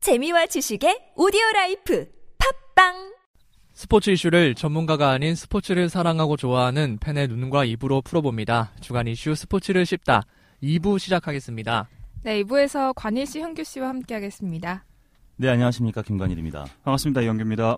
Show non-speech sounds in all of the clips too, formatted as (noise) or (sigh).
재미와 지식의 오디오 라이프 팝빵 스포츠 이슈를 전문가가 아닌 스포츠를 사랑하고 좋아하는 팬의 눈과 입으로 풀어봅니다. 주간 이슈 스포츠를 씹다 2부 시작하겠습니다. 네, 2부에서 관일 씨, 현규 씨와 함께하겠습니다. 네, 안녕하십니까. 김관일입니다. 반갑습니다. 이영규입니다.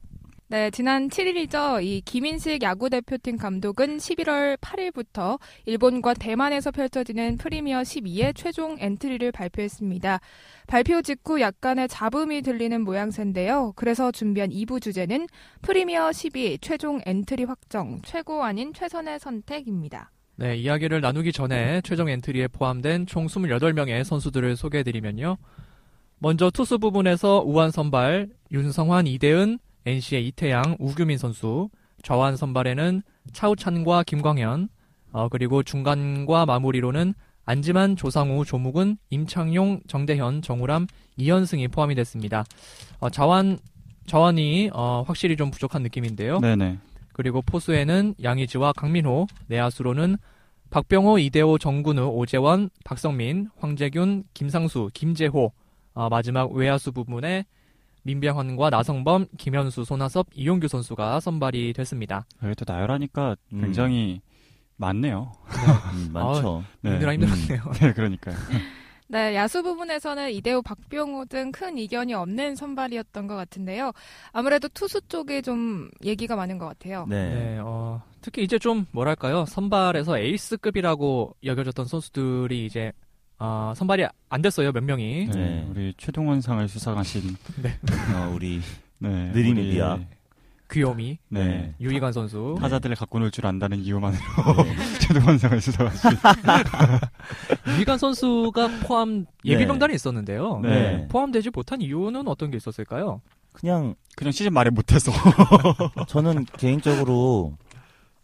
네, 지난 7일이죠. 이 김인식 야구 대표팀 감독은 11월 8일부터 일본과 대만에서 펼쳐지는 프리미어 12의 최종 엔트리를 발표했습니다. 발표 직후 약간의 잡음이 들리는 모양새인데요. 그래서 준비한 2부 주제는 프리미어 12 최종 엔트리 확정, 최고 아닌 최선의 선택입니다. 네, 이야기를 나누기 전에 최종 엔트리에 포함된 총 28명의 선수들을 소개해드리면요. 먼저 투수 부분에서 우한 선발 윤성환, 이대은, NC의 이태양, 우규민 선수, 좌완 선발에는 차우찬과 김광현, 어, 그리고 중간과 마무리로는 안지만, 조상우, 조묵은, 임창용, 정대현, 정우람, 이현승이 포함이 됐습니다. 어, 좌완, 좌완이 어, 확실히 좀 부족한 느낌인데요. 네네. 그리고 포수에는 양의지와 강민호, 내야수로는 박병호, 이대호, 정근우, 오재원, 박성민, 황재균, 김상수, 김재호, 어, 마지막 외야수 부분에 민병헌과 나성범, 김현수, 손아섭, 이용규 선수가 선발이 됐습니다. 이게 또 나열하니까 음. 굉장히 많네요. 음, 많죠. 네. 힘들어 힘들었네요. (laughs) 네, 그러니까요. 네, 야수 부분에서는 이대호, 박병호 등 큰 이견이 없는 선발이었던 것 같은데요. 아무래도 투수 쪽에 좀 얘기가 많은 것 같아요. 네. (laughs) 네, 어, 특히 이제 좀 뭐랄까요 선발에서 에이스급이라고 여겨졌던 선수들이 이제 어, 선발이 안 됐어요 몇 명이. 네, 네. 우리 최동원상을 수상하신 어, 우리 네, 느린 우리, 미디어. 귀요미, 네. 유희관 선수. 타자들을 갖고 놀 줄 안다는 이유만으로 (laughs) 최동원상을 수상하신 유희관 선수가 포함 예비 네. 명단에 있었는데요. 네. 포함되지 못한 이유는 어떤 게 있었을까요? 그냥 그냥 시즌 말에 못해서 저는 개인적으로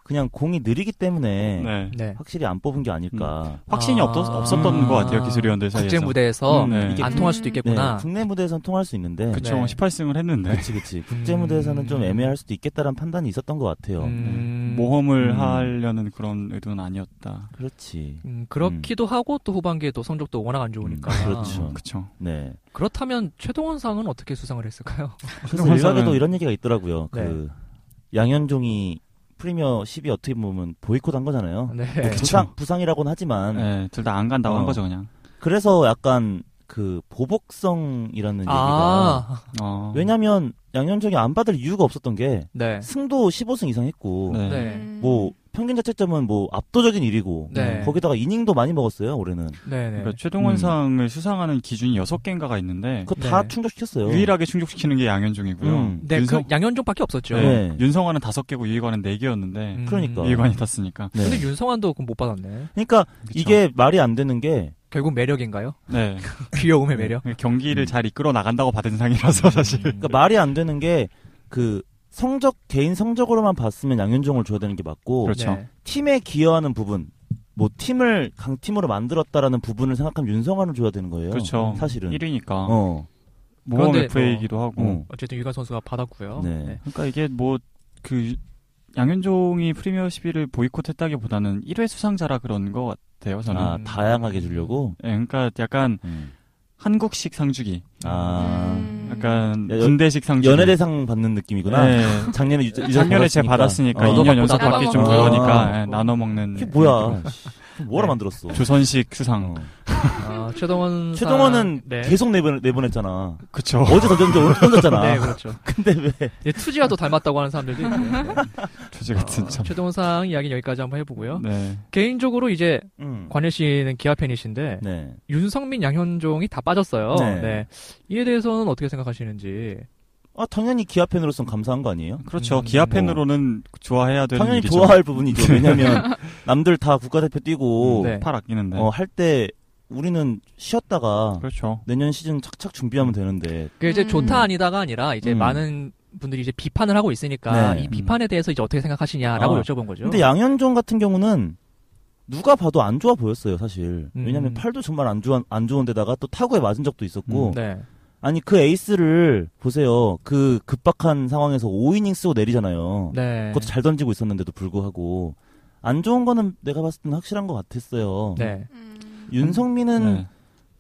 그냥 공이 느리기 때문에 (laughs) 네. 네. 확실히 안 뽑은 게 아닐까. 확신이 아. 없, 없었던 것 같아요 기술위원들 사이에서 국제 무대에서 음, 네. 안 음. 통할 수도 네, 있겠구나. 국내 무대에선 통할 수 있는데. 그쵸. 그쵸 네. 18승을 했는데 그치, 그치. 음. 국제 무대에서는 좀 애매할 수도 있겠다라는 판단이 있었던 것 같아요. 네. 음, 모험을 음. 하려는 그런 의도는 아니었다 그렇지. 음, 그렇기도 하고 또 후반기에 또 성적도 워낙 안 좋으니까. 음, 그렇죠. 음. 그쵸 네. 그렇다면 최동원상은 어떻게 수상을 했을까요? 그래서 그런 일각에도 사람은- 이런 얘기가 있더라고요. 네. 그 양현종이 프리미어 10이 어떻게 보면 보이콧한 어, 거잖아요. 뭐 네. 부상 부상이라고는 하지만 네, 둘 다 안 간다고 어. 한 거죠 그냥 그래서 약간 그 보복성이라는 얘기가 아, 어. 왜냐면 양현종이 안 받을 이유가 없었던 게 네. 승도 15승 이상 했고 네. 네. 뭐 평균 자책점은 뭐 압도적인 일이고 네. 거기다가 이닝도 많이 먹었어요 올해는 네, 네. 그러니까 최동원상을 수상하는 기준이 6개인가가 있는데 그거 다 네. 충족시켰어요 유일하게 충족시키는 게 양현종이고요. 음. 네, 윤성, 그 양현종밖에 없었죠. 네. 네. 윤성환은 다섯 개고 유희관은 네 개였는데 음. 그러니까. 유희관이 탔으니까. 네. 근데 윤성환도 그럼 못 받았네. 그러니까 그쵸? 이게 말이 안 되는 게 결국 매력인가요? (laughs) 네 귀여움의 매력. 음. 경기를 잘 이끌어 나간다고 (laughs) 받은 상이라서 (laughs) 사실. 음. 그러니까 말이 안 되는 게 그 성적 개인 성적으로만 봤으면 양현종을 줘야 되는 게 맞고 그렇죠. 네. 팀에 기여하는 부분 뭐 팀을 강팀으로 만들었다라는 부분을 생각하면 윤성환을 줘야 되는 거예요 그렇죠. 사실은 1위니까 어 모험 그런데 FA이기도 하고. 음. 어쨌든 유가 선수가 받았고요. 네. 그러니까 이게 뭐 그 양현종이 프리미어 11을 보이콧했다기보다는 1회 수상자라 그런 것 같아요. 저는. 아 다양하게 주려고 예, 그러니까 약간 한국식 상주기, 아 음. 약간 야, 연- 군대식 상주기. 연예대상 받는 느낌이구나 네. 작년에 유, 유적 (laughs) 작년에 제 받았으니까 어. 2년 연속 나눠 받기 좀 먹는 거. 그러니까 아. 예, 나눠 먹는. 그게 뭐야 씨, 그럼 뭐라 네. 만들었어 조선식 어. 수상. 아, 최동원 (laughs) 최동원은 상- 네. 계속 내보내, 내보냈잖아 그쵸. 어제 (laughs) 던졌는데 오늘 던졌잖아 네, 그렇죠. (laughs) 근데 왜 예, 투지와 또 닮았다고 하는 사람들도 (laughs) 있는데. 아. 네. 조지 같은 참. 최동원 상 이야기 는 여기까지 한번 해보고요. 네. 개인적으로 이제 음. 관일 씨는 기아 팬이신데 네. 윤성민, 양현종이 다 빠졌어요. 네. 네. 이에 대해서는 어떻게 생각하시는지. 아 당연히 기아 팬으로선 감사한 거 아니에요? 그렇죠. 음, 기아 팬으로는 좋아해야 되는 뭐. 당연히 일이죠. 좋아할 네. 부분이죠. (laughs) 왜냐면 남들 다 국가대표 뛰고 어, 네. 팔 아끼는데. 할 때 우리는 쉬었다가 그렇죠. 내년 시즌 착착 준비하면 되는데 그 이제 음. 좋다 아니다가 아니라 이제 음. 많은 분들이 이제 비판을 하고 있으니까 네. 이 비판에 대해서 이제 어떻게 생각하시냐라고 아, 여쭤본 거죠. 근데 양현종 같은 경우는 누가 봐도 안 좋아 보였어요, 사실. 음. 왜냐면 팔도 정말 안 좋은 안 좋은데다가 또 타구에 맞은 적도 있었고. 음, 네. 아니 그 에이스를 보세요. 그 급박한 상황에서 5이닝 쓰고 내리잖아요. 네. 그것도 잘 어. 던지고 있었는데도 불구하고 안 좋은 거는 내가 봤을 때는 확실한 것 같았어요. 네. 음. 윤성민은 네.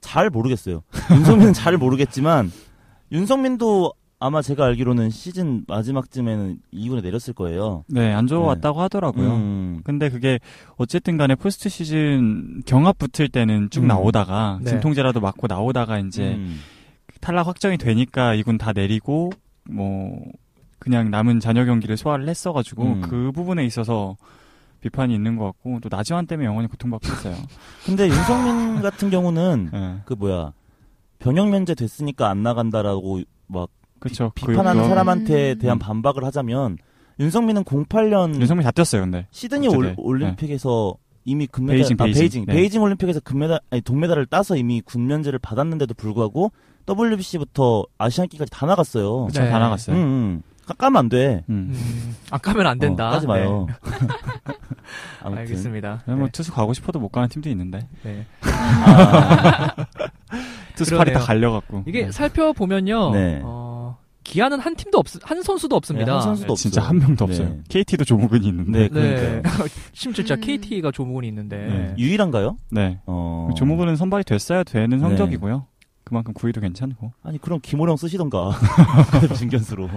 잘 모르겠어요. 윤성민은 잘 모르겠지만 윤성민도 아마 제가 알기로는 시즌 마지막쯤에는 2군에 내렸을 거예요. 네, 안 좋아왔다고 하더라고요. 음. 근데 그게 어쨌든 간에 포스트 시즌 경합 붙을 때는 쭉 음. 나오다가 네. 진통제라도 맞고 나오다가 이제 음. 탈락 확정이 되니까 이군 다 내리고 뭐 그냥 남은 잔여 경기를 소화를 했어가지고 음. 그 부분에 있어서 비판이 있는 것 같고 또 나지환 때문에 (laughs) 영원히 고통받았어요. 근데 윤성민 같은 경우는 예, 그 뭐야 병역 면제 됐으니까 안 나간다라고 막 그렇죠. 비판하는 그, 사람한테 음. 대한 반박을 하자면 윤성민은 08년 윤성민 다 뛰었어요, 근데. 시드니 어쩌네. 올, 올림픽에서 이미 금메달 베이징, 아, 베이징. 베이징 네. 베이징 올림픽에서 금메달 아니 동메달을 따서 이미 군면제를 받았는데도 불구하고 WBC부터 아시안게임까지 다 나갔어요. 그쵸, 다 음, 나갔어요. 음. 깎아면 안 돼. 음. 음, 아까면 안 어, 된다. 네. 까지 마요. (laughs) 아무튼. 네, 알겠습니다. 뭐 투수 가고 싶어도 못 가는 팀도 있는데 네. 투수 그러네요. 팔이 다 갈려갖고 이게 네. 살펴보면요. 네. 어, 기아는 한 팀도 없, 한 선수도 없습니다. 네, 한 선수도 진짜 없어요. 한 명도 네. 없어요. KT도 조목은이 네, 있는데 그러니까요. (laughs) 심지어 진짜 음. KT가 조문이 있는데. 네. 유일한가요? 네. 어. 조목은은 선발이 됐어야 되는 네. 성적이고요. 그만큼 구위도 괜찮고 아니 그럼 김호령 쓰시던가 진견수로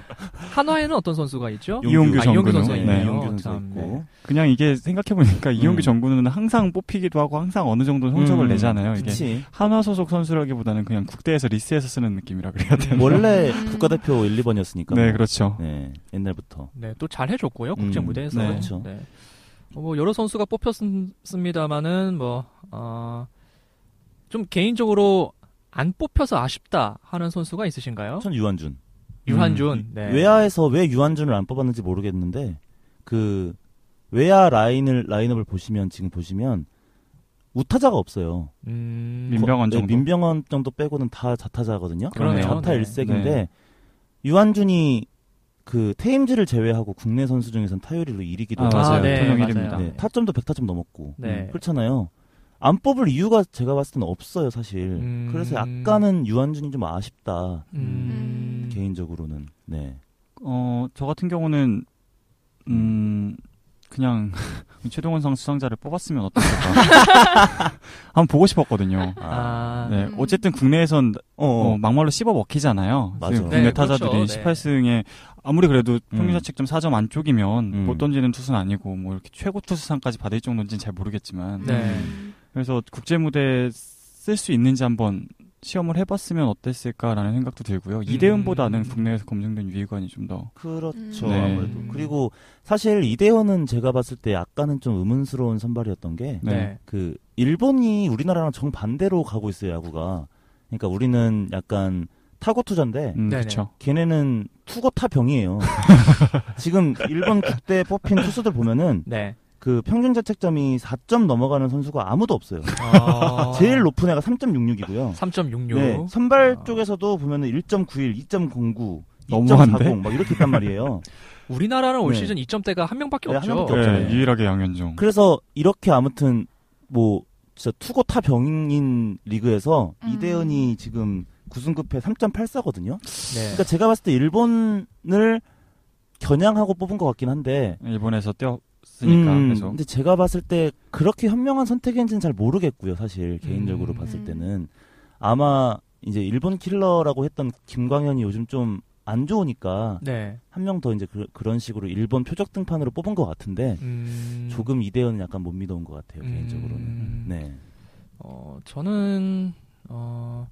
한화에는 어떤 선수가 있죠? 용- 이용규 아, 이용규 정근우. 선수가 네. 있네요. 이용규 선수 참, 네. 있고 그냥 이게 생각해보니까 음. 이용규 정구는 항상 뽑히기도 하고 항상 어느 정도 성적을 음, 내잖아요. 이게 그치. 한화 소속 선수라기보다는 그냥 국대에서 리스해서 쓰는 느낌이라 그래야 되나? 네. 원래 음. 국가대표 1, 2번이었으니까. 네, 그렇죠. 옛날부터. 네, 또 잘 해줬고요 국제 음, 무대에서. 네. 그렇죠. 뭐 여러 선수가 뽑혔습니다만은 뭐 어, 좀 개인적으로 안 뽑혀서 아쉽다 하는 선수가 있으신가요? 전 유한준. 유한준. 네. 음, 외야에서 왜 유한준을 안 뽑았는지 모르겠는데 그 외야 라인을 라인업을 보시면 지금 보시면 우타자가 없어요. 음, 민병- 민병헌 네, 정도? 민병헌 정도 빼고는 다 자타자거든요. 그러네요. 자타 네. 일색인데 네. 유한준이 그 테임즈를 제외하고 국내 선수 중에선 타율이로 1위기도 아, 하고 맞아요. 아, 네, 토종 맞아요. 1위입니다. 네, 타점도 100타점 넘었고 음, 네. 그렇잖아요. 안 뽑을 이유가 제가 봤을 때는 없어요, 사실. 음. 그래서 약간은 유한준이 좀 아쉽다. 음, 개인적으로는. 네. 어, 저 같은 경우는 음 그냥 (laughs) 최동원 상 수상자를 뽑았으면 어땠을까? (laughs) 한번 보고 싶었거든요. 아, 음. 네, 음. 어쨌든 국내에선 어. 어, 막말로 씹어 먹히잖아요. 맞아요. 지금 국내 네, 타자들이 그렇죠. 네. 18승에 아무리 그래도 음. 평균자책점 4점 안쪽이면 음. 못 던지는 투수는 아니고 뭐 이렇게 최고 투수상까지 받을 정도인지는 잘 모르겠지만 네. 그래서 국제 무대 쓸 수 있는지 한번 시험을 해봤으면 어땠을까라는 생각도 들고요. 음. 이대훈보다는 국내에서 검증된 유희관이 좀 더 그렇죠. 음. 네. 아무래도. 그리고 사실 이대현은 제가 봤을 때 약간은 좀 의문스러운 선발이었던 게 그 네. 네. 일본이 우리나라랑 정반대로 가고 있어요, 야구가. 그러니까 우리는 약간 타고 투자인데 음, 네네. 그렇죠. 걔네는 투고 (laughs) 타병이에요. 지금 일본 국대 뽑힌 투수들 보면은 네. 그 평균 자책점이 4점 넘어가는 선수가 아무도 없어요. 아. 어, (laughs) 제일 높은 애가 3.66이고요. 3.66. 네, 선발 아. 쪽에서도 보면은 1.91, 2.09, 너무한데? 2.40막 이렇게 있단 (laughs) 말이에요. 우리나라는 올 네. 시즌 2점대가 한 명밖에 네, 없죠. 한 명밖에 네, 없잖아요. 유일하게 양현종. 그래서 이렇게 아무튼 뭐 진짜 투고 타병인 리그에서 음. 이대현이 지금 9승급에 3.84거든요. 네. 그러니까 제가 봤을 때 일본을 겨냥하고 뽑은 것 같긴 한데 일본에서 뛰었으니까 음, 계속. 근데 제가 봤을 때 그렇게 현명한 선택인지는 잘 모르겠고요, 사실 개인적으로 음. 봤을 때는 아마 이제 일본 킬러라고 했던 김광현이 요즘 좀 안 좋으니까 네. 한 명 더 이제 그, 런 식으로 일본 표적 등판으로 뽑은 것 같은데 음, 조금 이대현은 약간 못 믿어온 것 같아요 음. 개인적으로는. 네. 어, 저는 어,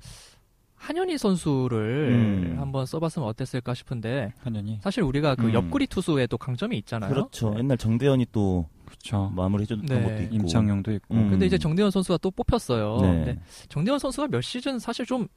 한현희 선수를 음. 한번 써봤으면 어땠을까 싶은데 한현이. 사실 우리가 그 음. 옆구리 투수에 또 강점이 있잖아요. 그렇죠. 네. 옛날 정대현이 또 그렇죠. 마무리 해줬던 네. 것도 있고. 임창용도 있고. 음. 근데 이제 정대현 선수가 또 뽑혔어요. 네. 근데 정대현 선수가 몇 시즌 사실 좀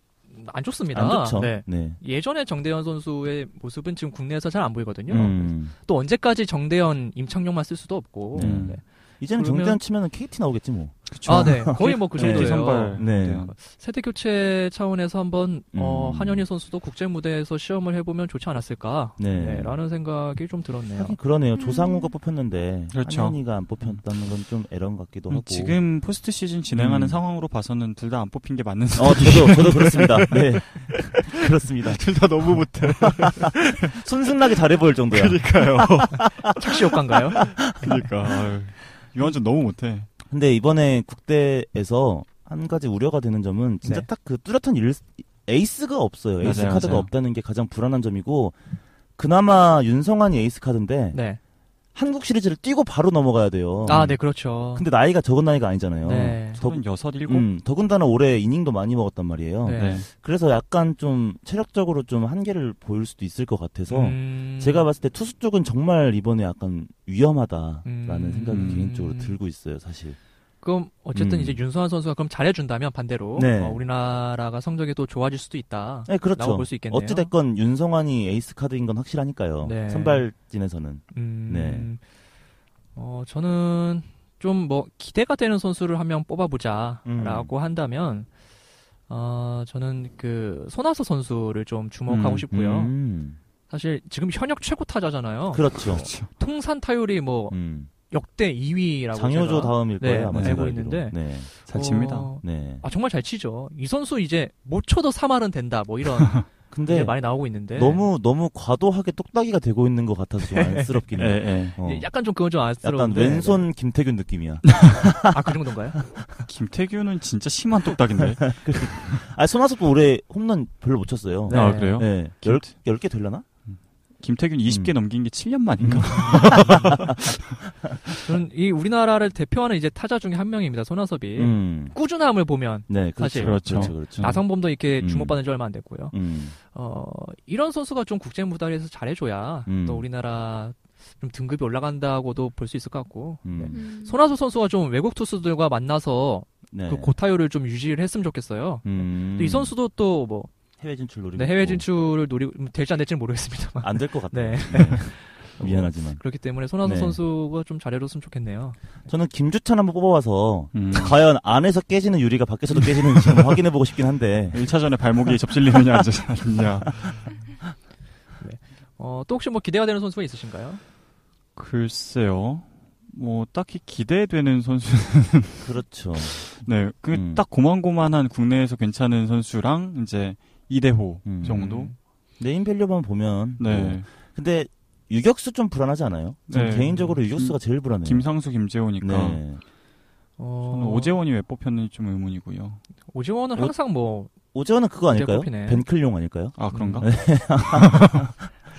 안 좋습니다. 안 좋죠. 네. 네. 예전에 정대현 선수의 모습은 지금 국내에서 잘 안 보이거든요. 음. 또 언제까지 정대현, 임창용만 쓸 수도 없고. 네. 네. 이제는 그러면- 정대현 치면은 KT 나오겠지 뭐. 그렇죠. 아, 네. 거의 뭐 그 네, 정도예요. 선발. 네. 네. 세대 교체 차원에서 한번 어, 음. 한현희 선수도 국제 무대에서 시험을 해보면 좋지 않았을까? 네. 네, 라는 생각이 좀 들었네요. 하긴 아, 그러네요. 음. 조상우가 뽑혔는데 그렇죠. 한현이가 안 뽑혔다는 건 좀 애런 같기도 음, 하고. 지금 포스트 시즌 진행하는 뭐. 음. 상황으로 봐서는 둘 다 안 뽑힌 게 맞는 어 저도 저도 그렇습니다. 네 (laughs) 그렇습니다. 둘다 너무 못해. 순순하게 잘해 보일 정도야. 그러니까요. 착시 효과인가요? (laughs) 그러니까 아유, 유한준 너무 못해. 근데 이번에 국대에서 한 가지 우려가 되는 점은 진짜 네. 딱 그 뚜렷한 일, 에이스가 없어요. 에이스 맞아요, 카드가 맞아요. 없다는 게 가장 불안한 점이고 그나마 윤성환이 에이스 카드인데 네. 한국 시리즈를 뛰고 바로 넘어가야 돼요. 아, 네, 그렇죠. 근데 나이가 적은 나이가 아니잖아요. 네. 더, 서른 여섯 일곱. 음, 더군다나 올해 이닝도 많이 먹었단 말이에요. 네. 네. 그래서 약간 좀 체력적으로 좀 한계를 보일 수도 있을 것 같아서 음. 제가 봤을 때 투수 쪽은 정말 이번에 약간 위험하다라는 음. 생각이 개인적으로 들고 있어요, 사실. 그럼 어쨌든 음. 이제 윤소환 선수가 그럼 잘해준다면 반대로 네. 어, 우리나라가 성적이 또 좋아질 수도 있다. 네, 라고 그렇죠. 볼 수 있겠네요. 어찌됐건 윤성환이 에이스 카드인 건 확실하니까요. 네. 선발진에서는. 음, 네. 어, 저는 좀 뭐 기대가 되는 선수를 한 명 음. 뽑아보자라고 한다면, 어, 저는 그 손아섭 선수를 좀 주목하고 음, 싶고요. 어. 음. 사실 지금 현역 최고 타자잖아요. 그렇죠. 통산 타율이 뭐 음. 역대 2위라고 장효조 다음일 네, 거예요, 아마 네, 알고 제가 알기로. 있는데. 네. 잘 칩니다. 네. 아 정말 잘 치죠. 이 선수 이제 못 쳐도 3할은 된다. 뭐 이런 (laughs) 근데 게 네. 많이 나오고 있는데 너무 너무 과도하게 똑딱이가 되고 있는 것 (laughs) 같아서 좀 안쓰럽긴 예, 해. 예. 어. 예, 약간 좀 그건 좀 약간 안쓰러운데. 왼손 김태균 느낌이야. 아그 정도인가요? 김태규는 진짜 심한 똑딱인데. 아 손아섭도 올해 홈런 별로 못 쳤어요. 네. 아, 그래요? 네. 열, 열개 되려나? 김태균 20개 음. 넘긴 게 7년 만인가? 저는 이 우리나라를 대표하는 이제 타자 중에 한 명입니다. 손아섭이 음. 꾸준함을 보면 네, 그렇죠. 예. 사실. 그렇죠. 그렇죠. 나성범도 이렇게 음. 주목받은 지 얼마 안 됐고요. 음. 어 이런 선수가 좀 국제 무대에서 잘해줘야 음. 또 우리나라 좀 등급이 올라간다고도 볼 수 있을 것 같고. 음. 손아섭 선수가 좀 외국 투수들과 만나서 네. 그 고타율을 좀 유지를 했으면 좋겠어요. 음. 또이 선수도 또 뭐 해외 진출 노리고 네, 해외 진출을 노리고 음, 될지 안 될지는 모르겠습니다만 안될 것 같아요. (laughs) 네. 네. (laughs) 미안하지만 그렇기 때문에 손아섭 네. 선수가 좀 잘해줬으면 좋겠네요. 저는 김주찬 한번 뽑아와서 음. 과연 안에서 깨지는 유리가 밖에서도 깨지는지 한번 (laughs) 확인해보고 싶긴 한데 1차전에 발목이 접질리느냐 안 접질리느냐. 어, 또 혹시 뭐 기대가 되는 선수가 있으신가요? 글쎄요. 뭐 딱히 기대되는 선수. (laughs) 그렇죠. 네. 그 음. 딱 고만고만한 국내에서 괜찮은 선수랑 이제 이대호 음. 정도. 네임밸류만 보면 뭐. 네. 근데 유격수 좀 불안하지 않아요? 저는 네. 개인적으로 유격수가 제일 불안해요. 김상수 김재호니까. 네. 어, 저는 오재원이 왜 뽑혔는지 좀 의문이고요. 오재원은 오- 항상 뭐 오재원은 그거 아닐까요? 이제 뽑히네. 벤클용 아닐까요? 아 그런가? 네.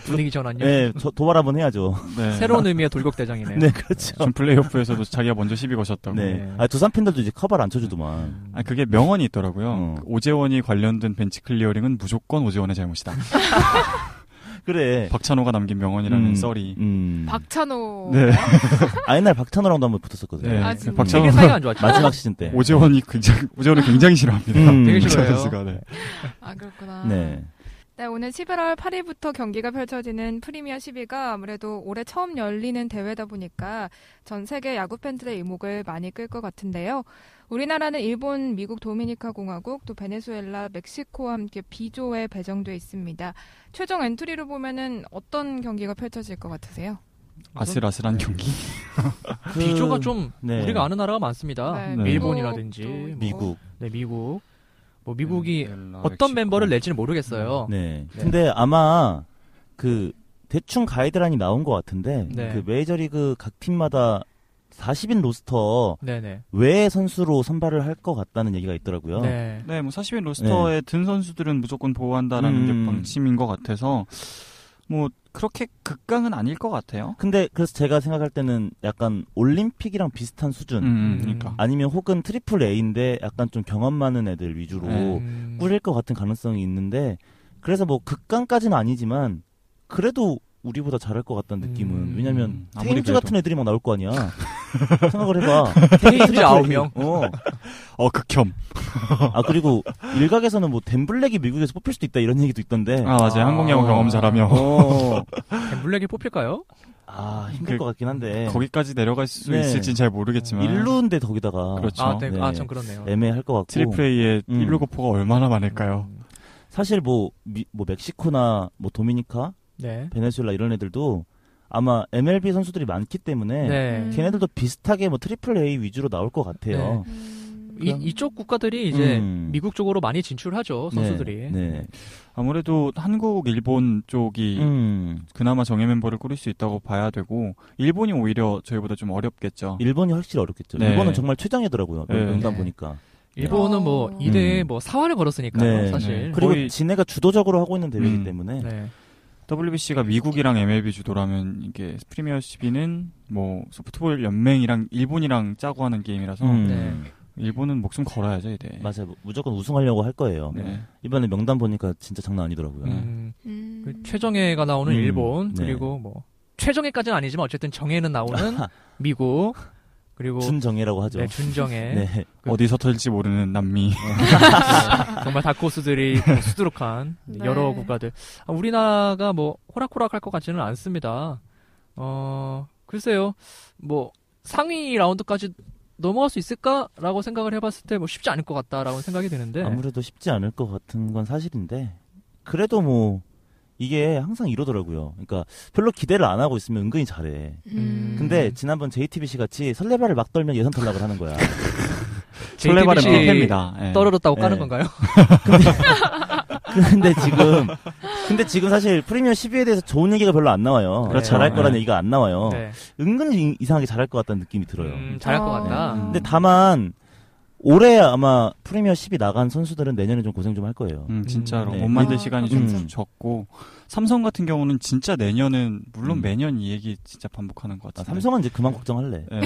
분위기 전환요. 네, 저 도발 한번 해야죠. (laughs) 네. 새로운 의미의 돌격 대장이네요. 네, 그렇죠. 좀 플레이오프에서도 자기가 먼저 시비 거셨다고. 네. 네. 음. 아, 두산 팬들도 이제 커버를 안 쳐주더만. 아 그게 명언이 있더라고요. 어. 그 오재원이 관련된 벤치 클리어링은 무조건 오재원의 잘못이다. 네. 그래. 박찬호가 남긴 명언이라는 음, 썰이. 음. 박찬호. 네. 아, 옛날 박찬호랑도 한번 붙었었거든요. 네. 아, 진짜. 되게 박찬호 사이가 안 좋았죠. 마지막 시즌 때. 오재원이 굉장히 오재원을 굉장히 싫어합니다. (laughs) 음. 되게 박찬호 싫어요. 선수가, 네. 아 그렇구나. 네. 네, 오늘 11월 8일부터 경기가 펼쳐지는 프리미어 12가 아무래도 올해 처음 열리는 대회다 보니까 전 세계 야구 팬들의 이목을 많이 끌 것 같은데요. 우리나라는 일본, 미국 도미니카 공화국, 또 베네수엘라, 멕시코와 함께 B조에 배정돼 있습니다. 최종 엔트리로 보면은 어떤 경기가 펼쳐질 것 같으세요? 아슬아슬한 경기. 그- 비조가 좀 네. 우리가 아는 나라가 많습니다. 네, 네. 일본이라든지 미국도 있고. 미국. 네, 미국. 뭐 미국이 베네수엘라, 아, 어떤 멕시코. 멤버를 낼지는 모르겠어요. 네. 근데 아마 그 대충 가이드라인이 나온 것 같은데 네. 그 메이저리그 각 팀마다 40인 로스터 네, 네. 외 선수로 선발을 할 것 같다는 얘기가 있더라고요. 네. 네, 뭐 40인 로스터에 든 선수들은 무조건 음. 보호한다라는 게 방침인 것 같아서 뭐 그렇게 극강은 아닐 것 같아요. 근데 그래서 제가 생각할 때는 약간 올림픽이랑 비슷한 수준 음, 그러니까. 아니면 혹은 트리플 A인데 약간 좀 경험 많은 애들 위주로 네. 음. 꾸릴 것 같은 가능성이 있는데 그래서 뭐 극강까지는 아니지만 그래도 우리보다 잘할 것 같다는 느낌은 음, 왜냐면 아무리 테임즈 그래도. 같은 애들이 막 나올 거 (laughs) 아니야 생각을 네. 해봐 테임즈 아홉 명. 어. 어 극혐. 아 그리고 일각에서는 뭐 덴블랙이 미국에서 뽑힐 수도 있다 이런 얘기도 있던데 아 맞아요. 아. 한국 야구 경험 잘하며 (laughs) 어. 덴블랙이 뽑힐까요? 아 힘들 그- 것 같긴 한데 거기까지 내려갈 수 네. 있을진 잘 모르겠지만 일루인데 거기다가 그렇죠. 아, 네. 네. 아, 참 그렇네요. 애매할 것 같고 트리플 A의 음. 일루 거포가 얼마나 많을까요? 음. 사실 뭐, 미- 뭐 멕시코나 뭐 도미니카 네. 베네수엘라 이런 애들도 아마 MLB 선수들이 많기 때문에 네. 음. 걔네들도 비슷하게 뭐 트리플 A 위주로 나올 것 같아요. 이, 그럼- 이쪽 네. 국가들이 이제 음. 미국 쪽으로 많이 진출하죠 선수들이. 네. 네. 아무래도 한국, 일본 쪽이 음. 그나마 정예 멤버를 꾸릴 수 있다고 봐야 되고 일본이 오히려 저희보다 좀 어렵겠죠. 일본이 확실히 어렵겠죠. 네. 일본은 정말 최장이더라고요. 네. 농담 네. 보니까. 일본은 뭐 어. 2대에 음. 뭐 사활을 걸었으니까요, 네, 사실. 네. 그리고 거의- 지네가 주도적으로 하고 있는 대회이기 음. 때문에 네. WBC가 미국이랑 MLB 주도라면 이게 프리미어 12는 뭐 소프트볼 연맹이랑 일본이랑 짜고 하는 게임이라서 음. 네. 일본은 목숨 걸어야죠 이제. 맞아요. 뭐 무- 무조건 우승하려고 할 거예요. 네. 이번에 명단 보니까 진짜 장난 아니더라고요. 음, 음. 그 최정예가 나오는 음, 일본 네. 그리고 뭐 최정예까지는 아니지만 어쨌든 정예는 (laughs) 나오는 미국 그리고 준정예라고 하죠. 네, 준정예 네. 그- 어디서 터질지 모르는 남미. (laughs) 정말 (laughs) 다크호스들이 뭐 수두룩한 네. 여러 국가들. 아, 우리나라가 뭐 호락호락할 것 같지는 않습니다. 어 글쎄요, 뭐 상위 라운드까지 넘어갈 수 있을까라고 생각을 해봤을 때 뭐 쉽지 않을 것 같다라고 생각이 드는데. 아무래도 쉽지 않을 것 같은 건 사실인데 그래도 뭐 이게 항상 이러더라고요. 그러니까 별로 기대를 안 하고 있으면 은근히 잘해. 음. 근데 지난번 JTBC 같이 설레발을 막 떨면 예선 탈락을 하는 거야. 설레발은 JTBC 팬입니다. 예. 떨어졌다고 네. 까는 건가요? 근데 지금 근데 지금 사실 프리미어 10위에 대해서 좋은 얘기가 별로 안 나와요. 그렇죠. 잘할 거라는 네. 얘기가 안 나와요. 네. 은근히 이- 이상하게 잘할 것 같다는 느낌이 어, 들어요. 음, 잘할 것 어. 같다. 네. 근데 다만 올해 아마 프리미어 10이 나간 선수들은 내년에 좀 고생 좀 할 거예요. 음, 진짜로 네. 못 만든 아, 시간이 음. 좀 적고 삼성 같은 경우는 진짜 내년은 물론 음. 매년 이 얘기 진짜 반복하는 것 아, 같아요. 삼성은 이제 그만 (laughs) 걱정할래. 예.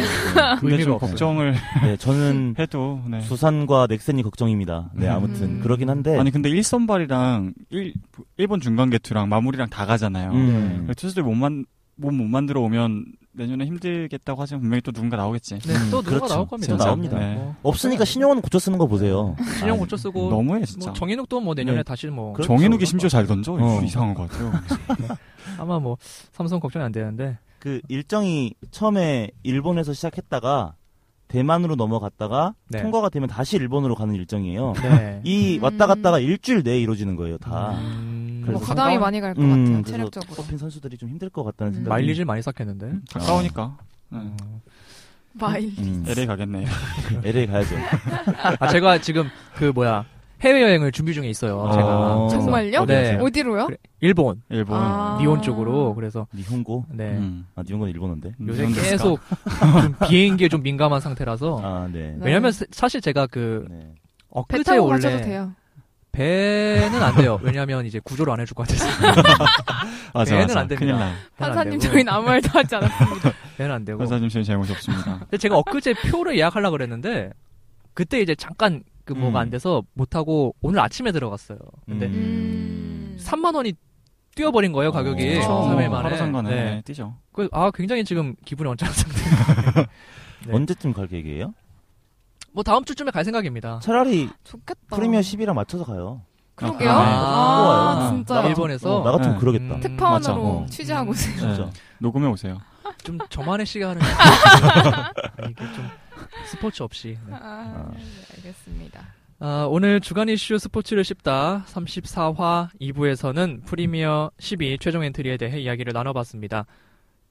근데 의미가 좀 없어요. 걱정을 네, 저는 해도 네. 두산과 넥센이 걱정입니다. 네, 음. 아무튼 그러긴 한데 아니 근데 1선발이랑 1 일본 중간 개투랑 마무리랑 다 가잖아요. 음. 그 투수들 몸만 몸못 만들어 오면 내년에 힘들겠다고 하지만 분명히 또 누군가 나오겠지. 네, 또 누가 그렇죠. 나올 겁니다. 지금 나옵니다. 네. 뭐, 없으니까 신용은 고쳐 쓰는 거 보세요. 신형 고쳐 쓰고 너무해 진짜. 뭐 정인욱도 뭐 내년에 아, 네. 다시 뭐 그렇죠. 정인욱이 심지어 잘 던져 어. 이상한 (laughs) 것 같아요. 아마 뭐 삼성 걱정이 안 되는데 그 일정이 처음에 일본에서 시작했다가 대만으로 넘어갔다가 네. 통과가 되면 다시 일본으로 가는 일정이에요. 네. 이 음. 왔다 갔다가 일주일 내에 이루어지는 거예요, 다. 음, 뭐 그래서 부담이 상관- 많이 갈 것 음, 같아요. 그래서- 체력적으로. 뽑힌 선수들이 좀 힘들 것 같다는 음. 생각이 마일리지를 많이 삭혔는데. 가까우니까. 네. 음. 마일. 음, (laughs) LA 가겠네. LA 가야죠. 아 제가 지금 그 뭐야 해외 여행을 준비 중에 있어요. 아, 제가 어. 정말요? 네. 어디로요? 그래, 일본 일본. 아. 니혼 쪽으로 그래서 니혼고? 네 음. 아, 니혼고는 일본어인데. 요새 음, 계속 좀 비행기에 좀 민감한 상태라서 아, 네. 네. 왜냐면 사- 사실 제가 그 네. 배 엊그제 타고 가셔도 원래 돼요. 배는 안 돼요. 왜냐면 이제 구조를 안 해줄 것 같아서 맞아 배는 맞아. 안 됩니다. 큰일 배는 나요. 안 (laughs) 판사님 되고, 저희는 아무 말도 하지 않았습니다. 배는 안 되고. 회사님 저희 잘못이 없습니다. 근데 제가 엊그제 표를 예약하려고 그랬는데 그때 이제 잠깐 그 뭐가 음. 안 돼서 못 하고 오늘 아침에 들어갔어요. 근데 음. 3만 원이 뛰어버린 거예요 가격이 그쵸. 어, 3일 만에. 하루 상간에 네. 네, 뛰죠. 그, 아, 굉장히 지금 기분이 언짢은 상태. 네. 언제쯤 갈 계획이에요? (laughs) 뭐 다음 주쯤에 갈 생각입니다. 차라리 좋겠다. 프리미어 10이랑 맞춰서 가요. 그러게요. 아, 아, 아, 진짜. 일본에서 어, 나 같으면 네. 그러겠다. 음, 특파원으로 맞아. 어. 취재하고 있어요. 진짜. 녹음해 오세요. 좀 저만의 시간을 아, 이게 좀 스포츠 없이. 네. 아, 알겠습니다. 아, 오늘 주간 이슈 스포츠를 씹다 34화 2부에서는 프리미어 12 최종 엔트리에 대해 이야기를 나눠봤습니다.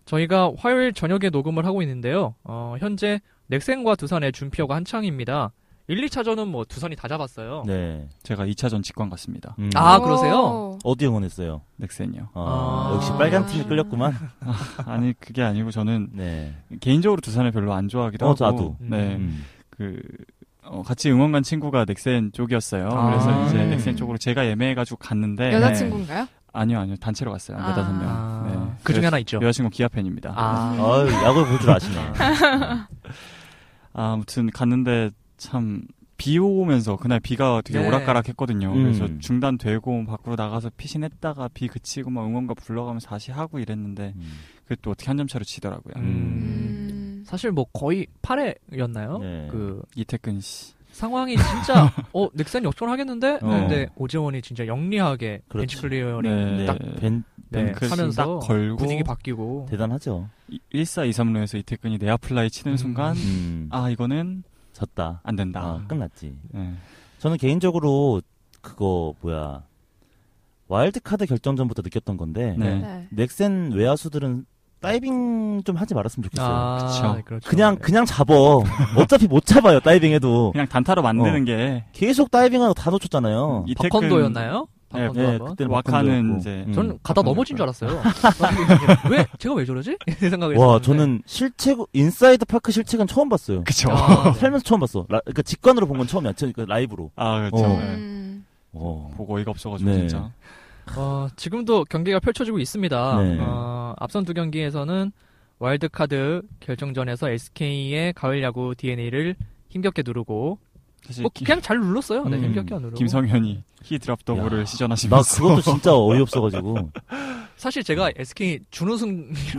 저희가 화요일 저녁에 녹음을 하고 있는데요. 어, 현재 넥센과 두산의 준피어가 한창입니다. 1, 2차전은 뭐 두산이 다 잡았어요. 네. 제가 2차전 직관 갔습니다. 음. 아, 그러세요? 오. 어디 응원했어요? 넥센이요. 아, 아. 역시 빨간 팀이 끌렸구만. 아니 그게 아니고 저는 네. 개인적으로 두산을 별로 안 좋아하기도 어, 하고. 저도. 네. 음. 그 어, 같이 응원 간 친구가 넥센 쪽이었어요. 아. 그래서 이제 음. 넥센 쪽으로 제가 예매해가지고 갔는데 네. 여자친구인가요? 아니요 아니요 단체로 갔어요. 네 아. 다섯 명. 아, 네. 그 중에 여- 하나 있죠. 여자친구 기아 팬입니다. 아. 아유, 어, 야구를 볼 줄 아시네. 아, 무튼 갔는데 참 비 오면서 그날 비가 되게 네. 오락가락했거든요. 음. 그래서 중단되고 밖으로 나가서 피신했다가 비 그치고 막 응원가 불러가면서 다시 하고 이랬는데 음. 그게 또 어떻게 한 점 차로 지더라고요. 음. 음. 사실 뭐 거의 8회였나요? 네. 그 이태근 씨. 상황이 진짜 어 넥센 역전하겠는데 어. 근데 오재원이 진짜 영리하게 그렇죠. 벤치 클리어링 네. 딱 벤, 네, 뱅크스 하면서 딱 걸고. 분위기 바뀌고 대단하죠. 1423루에서 이태근이 내야플라이 치는 음. 순간 음. 아 이거는 졌다. 안 된다. 아, 끝났지. 네. 저는 개인적으로 그거 뭐야 와일드카드 결정전부터 느꼈던 건데 네. 네. 넥센 외야수들은 다이빙 좀 하지 말았으면 좋겠어요. 아, 그쵸. 그렇죠. 그냥 네. 그냥 잡어. 어차피 못 잡아요 다이빙해도. 그냥 단타로 만드는 어. 게 계속 다이빙하고 다 놓쳤잖아요. 이태근 예, 버컨도였나요? 방판도 네, 한번. 그때는 와카는 박판도였고. 이제 음. 저는 가다 넘어진 줄 알았어요. 왜 제가 왜 저러지? (laughs) 이런 생각을 와, 했었는데. 저는 실체 인사이드 파크 실체관 처음 봤어요. (laughs) 그쵸. (laughs) 아, 네. 살면서 처음 봤어. 라, 그러니까 직관으로 본 건 처음이야. 그러니까 라이브로. 아, 그렇죠. 어. 네. 음. 어. 보고 어이가 없어가지고 네. 진짜. 어, 지금도 경기가 펼쳐지고 있습니다. 네. 어, 앞선 두 경기에서는 와일드카드 결정전에서 SK의 가을 야구 DNA를 힘겹게 누르고 사실 뭐 기- 그냥 잘 눌렀어요. 네, 음, 힘겹게 안 누르고. 김성현이 히 드랍 더블을 야. 나 시전하시면서 (laughs) 그것도 진짜 어이없어가지고. 사실 제가 SK 준우승 (laughs)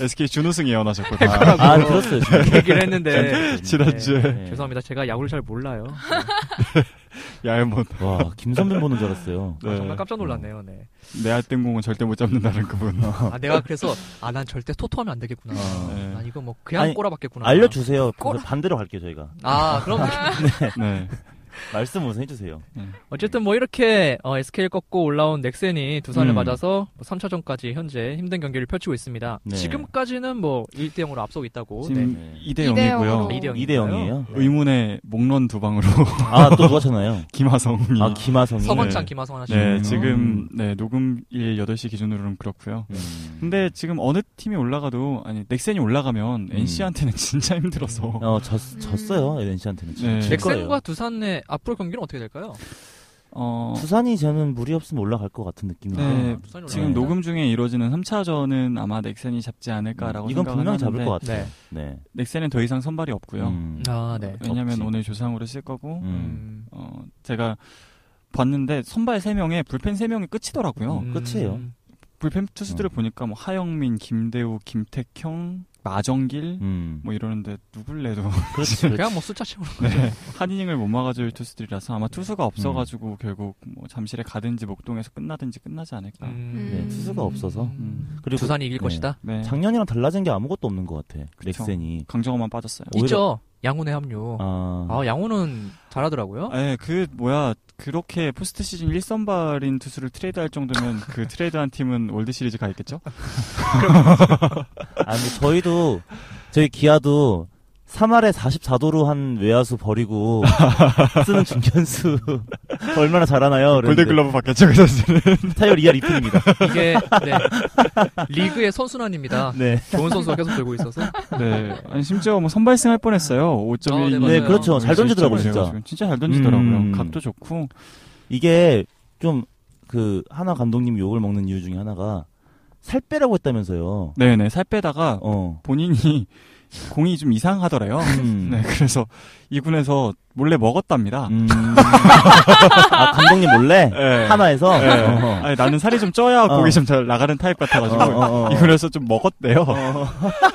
SK 준우승 예언하셨거든요. 할 거라고 아, 들었어요. 지금. 얘기를 했는데 지난주에 네, 죄송합니다. 제가 야구를 잘 몰라요. (laughs) 야일몬 뭐, 네. 와, 김선빈 보는 줄 알았어요. 아, 네. 정말 깜짝 놀랐네요. 네. 내야 뜬공은 절대 못 잡는다는 그분. 아 내가 그래서 아 난 절대 토토하면 안 되겠구나. 어. 네. 난 이거 뭐 그냥 아니, 꼬라박겠구나. 알려주세요. 그래서 반대로 갈게요, 저희가. 아 그럼 (laughs) 네. 말씀 우선 해주세요. 어쨌든 뭐 이렇게 어, SK를 꺾고 올라온 넥센이 두산을 음. 맞아서 뭐 3차전까지 현재 힘든 경기를 펼치고 있습니다. 네. 지금까지는 뭐 1대 0으로 앞서고 있다고. 아, 지금 네. 2대 이대 0이고요. 영으로. 2대 0. 2대 0이에요. 네. 의문의 목런 두 방으로 (laughs) 아, 또 누가 쳤나요? 김하성이. 아, 김하성이. 서건창 네. 김하성 하나씩. 네, 음. 지금 네, 녹음일 8시 기준으로는 그렇고요. 음. 근데 지금 어느 팀이 올라가도 아니 넥센이 올라가면 음. NC한테는 (laughs) 진짜 힘들어서 어, 졌, 졌어요, NC한테는. 네. 질 음. 거예요. 넥센과 두산의 앞으로 경기는 어떻게 될까요? 어, 부산이 저는 무리 없으면 올라갈 것 같은 느낌인데. 네, 아, 두산이 지금 네. 올라가나요? 녹음 중에 이루어지는 3차전은 아마 넥센이 잡지 않을까라고 음. 이건 생각은 분명히 잡을 하는데 것 같아요. 네. 네. 넥센은 더 이상 선발이 없고요. 음. 아 네. 왜냐면 없지. 오늘 조상으로 쓸 거고 음. 어, 제가 봤는데 선발 3명에 불펜 3명이 끝이더라고요. 음. 어, 끝이에요. 불펜 투수들을 어. 보니까 뭐 하영민, 김대우, 김택형, 마정길 음. 뭐 이러는데 누굴 내도 그렇지. 그렇지. 그냥 뭐 숫자책으로. 네. 한 이닝을 못 막아줄 투수들이라서 아마 투수가 음. 없어가지고 결국 뭐 잠실에 가든지 목동에서 끝나든지 끝나지 않을까. (laughs) 네, 투수가 없어서. 음. 그리고 음. 두산이 이길 네. 것이다. 네. 작년이랑 달라진 게 아무것도 없는 것 같아. 그쵸. 넥센이. 강정호만 빠졌어요. 오히려- 있죠. 양훈의 합류. 아, 아, 양훈은 어? 잘하더라고요. 네, 그 뭐야 그렇게 포스트 시즌 1선발인 투수를 트레이드할 정도면 (laughs) 그 트레이드한 팀은 월드 시리즈 가 있겠죠? 아 근데 저희도 저희 기아도 3할에 44도로 한 외야수 (laughs) 버리고 쓰는 중견수 (laughs) 얼마나 잘하나요? 그랬는데 골든글러브 받겠죠 그 선수는. 타율 2할 2푼입니다. 이게 네. 리그의 아. 선순환입니다. 네. 좋은 선수가 계속 들고 있어서. (laughs) 네, 아니, 심지어 뭐 선발승 할 뻔했어요. 5.1. 아, 네, 네, 맞아요. 그렇죠. 잘 던지더라고 진짜. 지금 진짜 잘 던지더라고요. 음. 각도 좋고. 이게 좀 그 하나 감독님 욕을 먹는 이유 중에 하나가 살 빼라고 했다면서요. 네네 살 빼다가 어. 본인이 공이 좀 이상하더래요. (laughs) 음. 네, (laughs) 그래서 이군에서 몰래 먹었답니다. 음. (laughs) 아 감독님 몰래 네. 하나에서 네. 어. 아니, 나는 살이 좀 쪄야 어. 고기 좀 잘 나가는 타입 같아가지고 어, 어, 어. 이군에서 좀 먹었대요.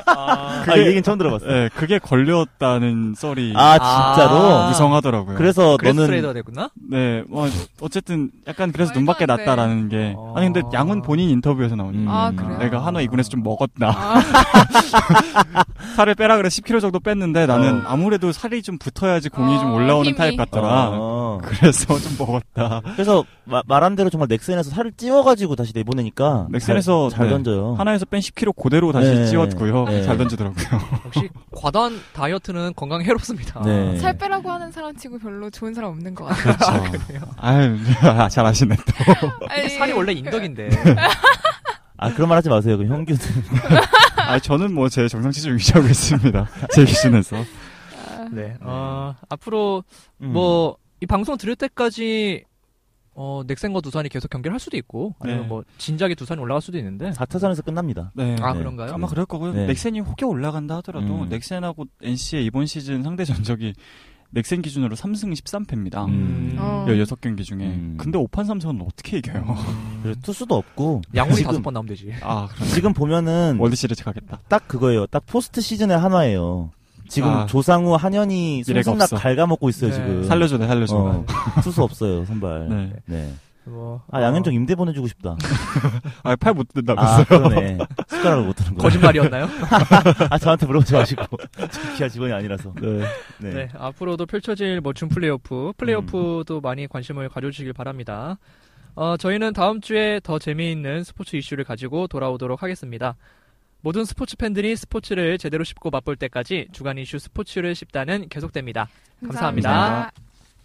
아, 이 얘기는 처음 들어봤어. 네, 그게 걸렸다는 썰이 아 진짜로. 아. 무성하더라고요. 그래서 그래서 너는 트레이더가 되구나. 네, 뭐 어쨌든 약간 그래서 말도 눈밖에 안 돼. 났다라는 게 어. 아니 근데 양은 본인 인터뷰에서 나오니 음. 아, 그래요? 내가 한화 이군에서 좀 먹었다. 아, (laughs) 살을 빼라 그래 10kg 정도 뺐는데 나는 어. 아무래도 살이 좀 붙어야지 공이 좀 어, 올라오는 힘이. 타입 같더라. 어. 그래서 좀 먹었다. 그래서 마- 말한 대로 정말 넥센에서 살을 찌워가지고 다시 내보내니까 넥센에서 잘, 잘 네. 던져요. 하나에서 뺀 10kg 그대로 다시 네. 찌웠고요. 네. 잘 던지더라고요. 역시 과도한 다이어트는 건강 에 해롭습니다. 네. 아, 살 빼라고 하는 사람 치고 별로 좋은 사람 없는 것 같아요. 그렇죠. (laughs) 아유, 아, 잘 아시네. 근데 (laughs) 살이 원래 (laughs) 인덕인데. 아 그런 말 하지 마세요. 그 형규는 (laughs) 아, 저는 뭐 제 정상치중 유지하고 있습니다. 제 기준에서. 네. 어, 앞으로 음. 뭐 이 방송 들을 때까지 어, 넥센과 두산이 계속 경기를 할 수도 있고 아니면 네. 뭐 진작에 두산이 올라갈 수도 있는데. 4차선에서 끝납니다. 네. 아 네. 그런가요? 아마 그럴 거고요. 네. 넥센이 혹여 올라간다 하더라도 음. 넥센하고 NC의 이번 시즌 상대 전적이 넥센 기준으로 3승 13패입니다. 음. 어. 16경기 중에. 음. 근데 5판 3승은 어떻게 이겨요? 그래서 투수도 없고 양훈이 지금- 다섯 번 나오면 되지. 아, 그럼 지금 보면은 월드 시리즈 가겠다. 딱 그거예요. 딱 포스트 시즌의 한화예요. 지금 아. 조상우, 한현이 미래가 순순락 없어. 갉아먹고 있어요 네. 지금. 살려줘, 내 살려줘. 어. (laughs) 투수 없어요 선발. 네. 네. 뭐, 아 양현종 임대 보내주고 싶다. 아, 팔 못 아 든다면서요? 그러네. 숟가락을 못 드는 어, 거. 거짓말이었나요? (laughs) 아 저한테 물어보지 마시고. (laughs) 저 기아 직원이 아니라서. 네. 네. 네, 앞으로도 펼쳐질 멋진 플레이오프, 플레이오프도 많이 관심을 가져주시길 바랍니다. 어, 저희는 다음 주에 더 재미있는 스포츠 이슈를 가지고 돌아오도록 하겠습니다. 모든 스포츠 팬들이 스포츠를 제대로 씹고 맛볼 때까지 주간 이슈 스포츠를 씹다는 계속됩니다. 감사합니다. 감사합니다.